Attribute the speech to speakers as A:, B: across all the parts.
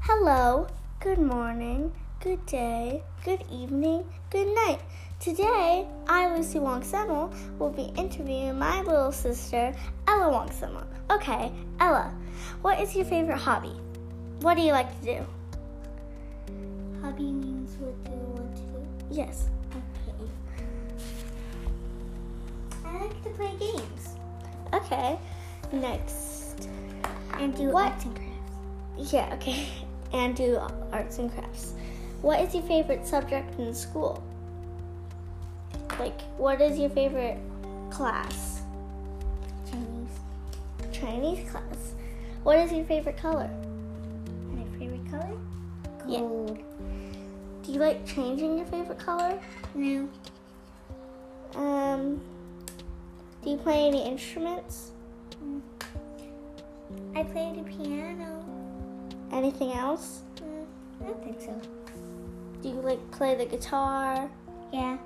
A: Hello, good morning, good day, good evening, good night. Today, I, Lucy Wong Semmel, will be interviewing my little sister, Ella Wong Semmel. Okay, Ella, what is your favorite hobby? What do you like to do?
B: Hobby means what do you want to do?
A: Yes.
B: Okay. I like to play games
A: Okay, next.
B: and do
A: What-
B: arts and crafts.
A: Yeah, okay. And do arts and crafts. What is your favorite subject in school? Like, what is your favorite class?
B: Chinese.
A: Chinese class. What is your favorite color?
B: My favorite color?
A: Yeah.
B: Gold.
A: Do you like changing your favorite color?
B: No.
A: Um, do you play any instruments?
B: I play the piano.
A: Anything else?
B: Mm, I don't think so.
A: Do you like play the guitar?
B: Yeah.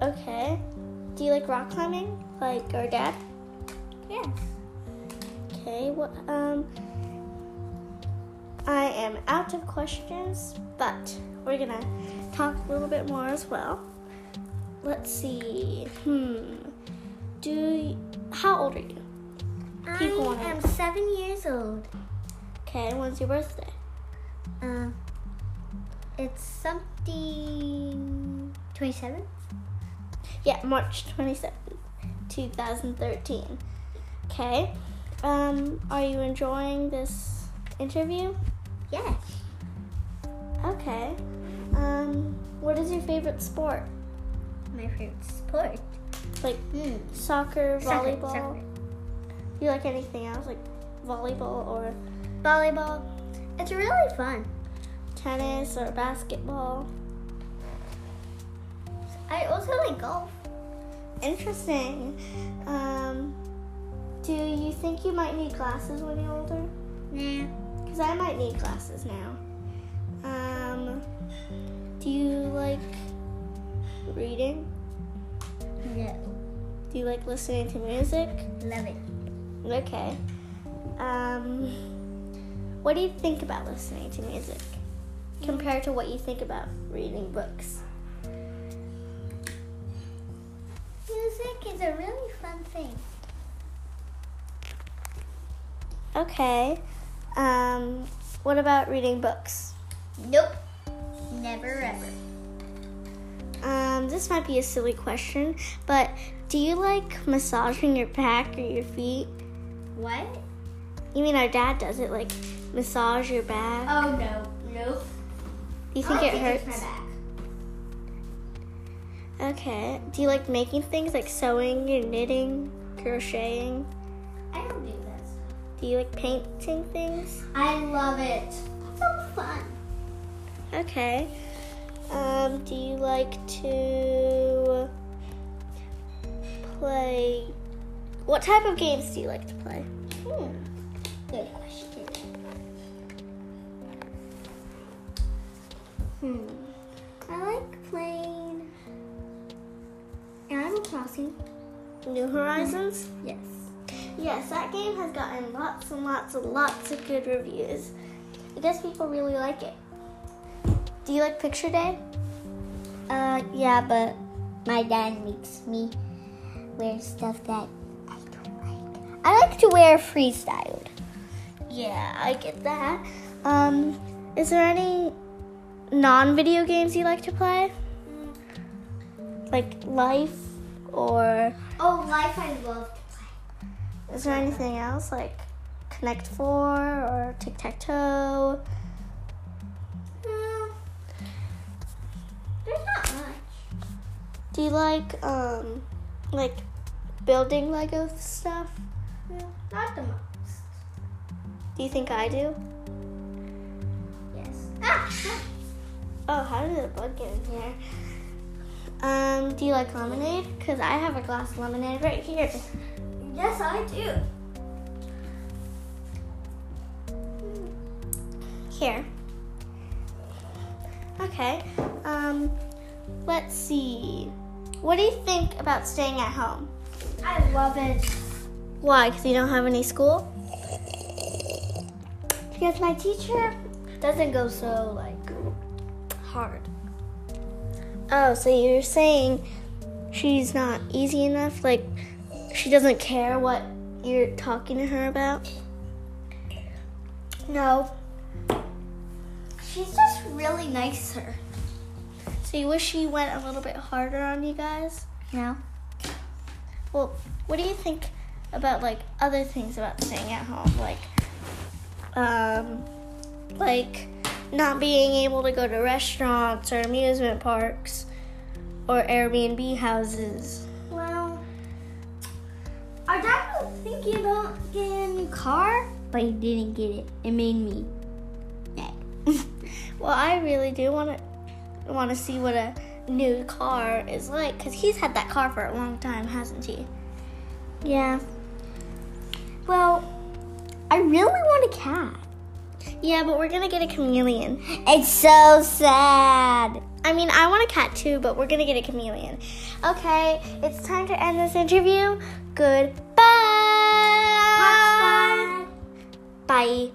A: Okay. Do you like rock climbing, like our dad?
B: Yes.
A: Okay. What? Um, I am out of questions, but we're gonna talk a little bit more as well. Let's see. Hmm. Do you, how old are you?
B: I
A: Keep going.
B: am seven years old.
A: Okay. When's your birthday?
B: Uh, it's something. 27?
A: Yeah, March 27th, 2013. Okay. Um, are you enjoying this interview?
B: Yes.
A: Okay. Um, what is your favorite sport?
B: My favorite sport.
A: Like
B: Hmm.
A: soccer,
B: Soccer,
A: volleyball?
B: soccer.
A: Do you like anything else, like volleyball or
B: Volleyball. Oh, It's really fun.
A: tennis or basketball?
B: I also like golf.
A: Interesting. Um, do you think you might need glasses when you're older?
B: Nah.
A: Because I might need glasses now. Um, do you like reading?
B: No.
A: Do you like listening to music?
B: Love it.
A: Okay. Um, what do you think about listening to music compared to what you think about reading books?
B: Music is a really fun thing.
A: Okay. Um, what about reading books?
B: Nope. Never ever.
A: Um, this might be a silly question, but do you like massaging your back or your feet?
B: What?
A: You mean our dad does it, like massage your back?
B: Oh no. Nope.
A: Do you think
B: oh,
A: it hurts? Okay. Do you like making things like sewing or knitting, crocheting?
B: I don't do this.
A: Do you like painting things?
B: I love it. So fun.
A: Okay. Um, do you like to play? What type of games do you like to play?
B: Hmm. Good question. Hmm. I like playing Animal Crossing.
A: New Horizons?
B: Yes.
A: Yes, that game has gotten lots and lots and lots of good reviews. I guess people really like it. Do you like Picture Day?
B: Uh, yeah, but my dad makes me wear stuff that I don't like. I like to wear freestyled.
A: Yeah, I get that. Um, is there any non video games you like to play? Like Life or
B: Oh, life I love to play.
A: is there anything else like Connect Four or Tic Tac Toe?
B: Hmm. There's not much.
A: Do you like um like building Lego stuff?
B: Hmm, Not the most.
A: Do you think I do?
B: Yes. Ah!
A: Oh, how did a bug get in here? Um, do you like lemonade? Cause I have a glass of lemonade right here.
B: Yes, I do.
A: Here. Okay. Um, let's see. What do you think about staying at home?
B: I love it.
A: Why? Because you don't have any school?
B: Because my teacher doesn't go so like hard.
A: Oh, so you're saying she's not easy enough? Like, she doesn't care what you're talking to her about?
B: No. She's just really nicer.
A: So you wish she went a little bit harder on you guys?
B: No.
A: Well, what do you think about like other things about staying at home? Like, um, like not being able to go to restaurants or amusement parks or Airbnb houses.
B: Well, our dad was thinking about getting a new car, but he didn't get it. It made me mad.
A: Well, I really do want to want to see what a new car is like because he's had that car for a long time, hasn't he?
B: yeah. Well, I really want a cat.
A: Yeah, but we're gonna get a chameleon.
B: It's so sad.
A: I mean, I want a cat too, but we're gonna get a chameleon. Okay, it's time to end this interview. Goodbye. Bye.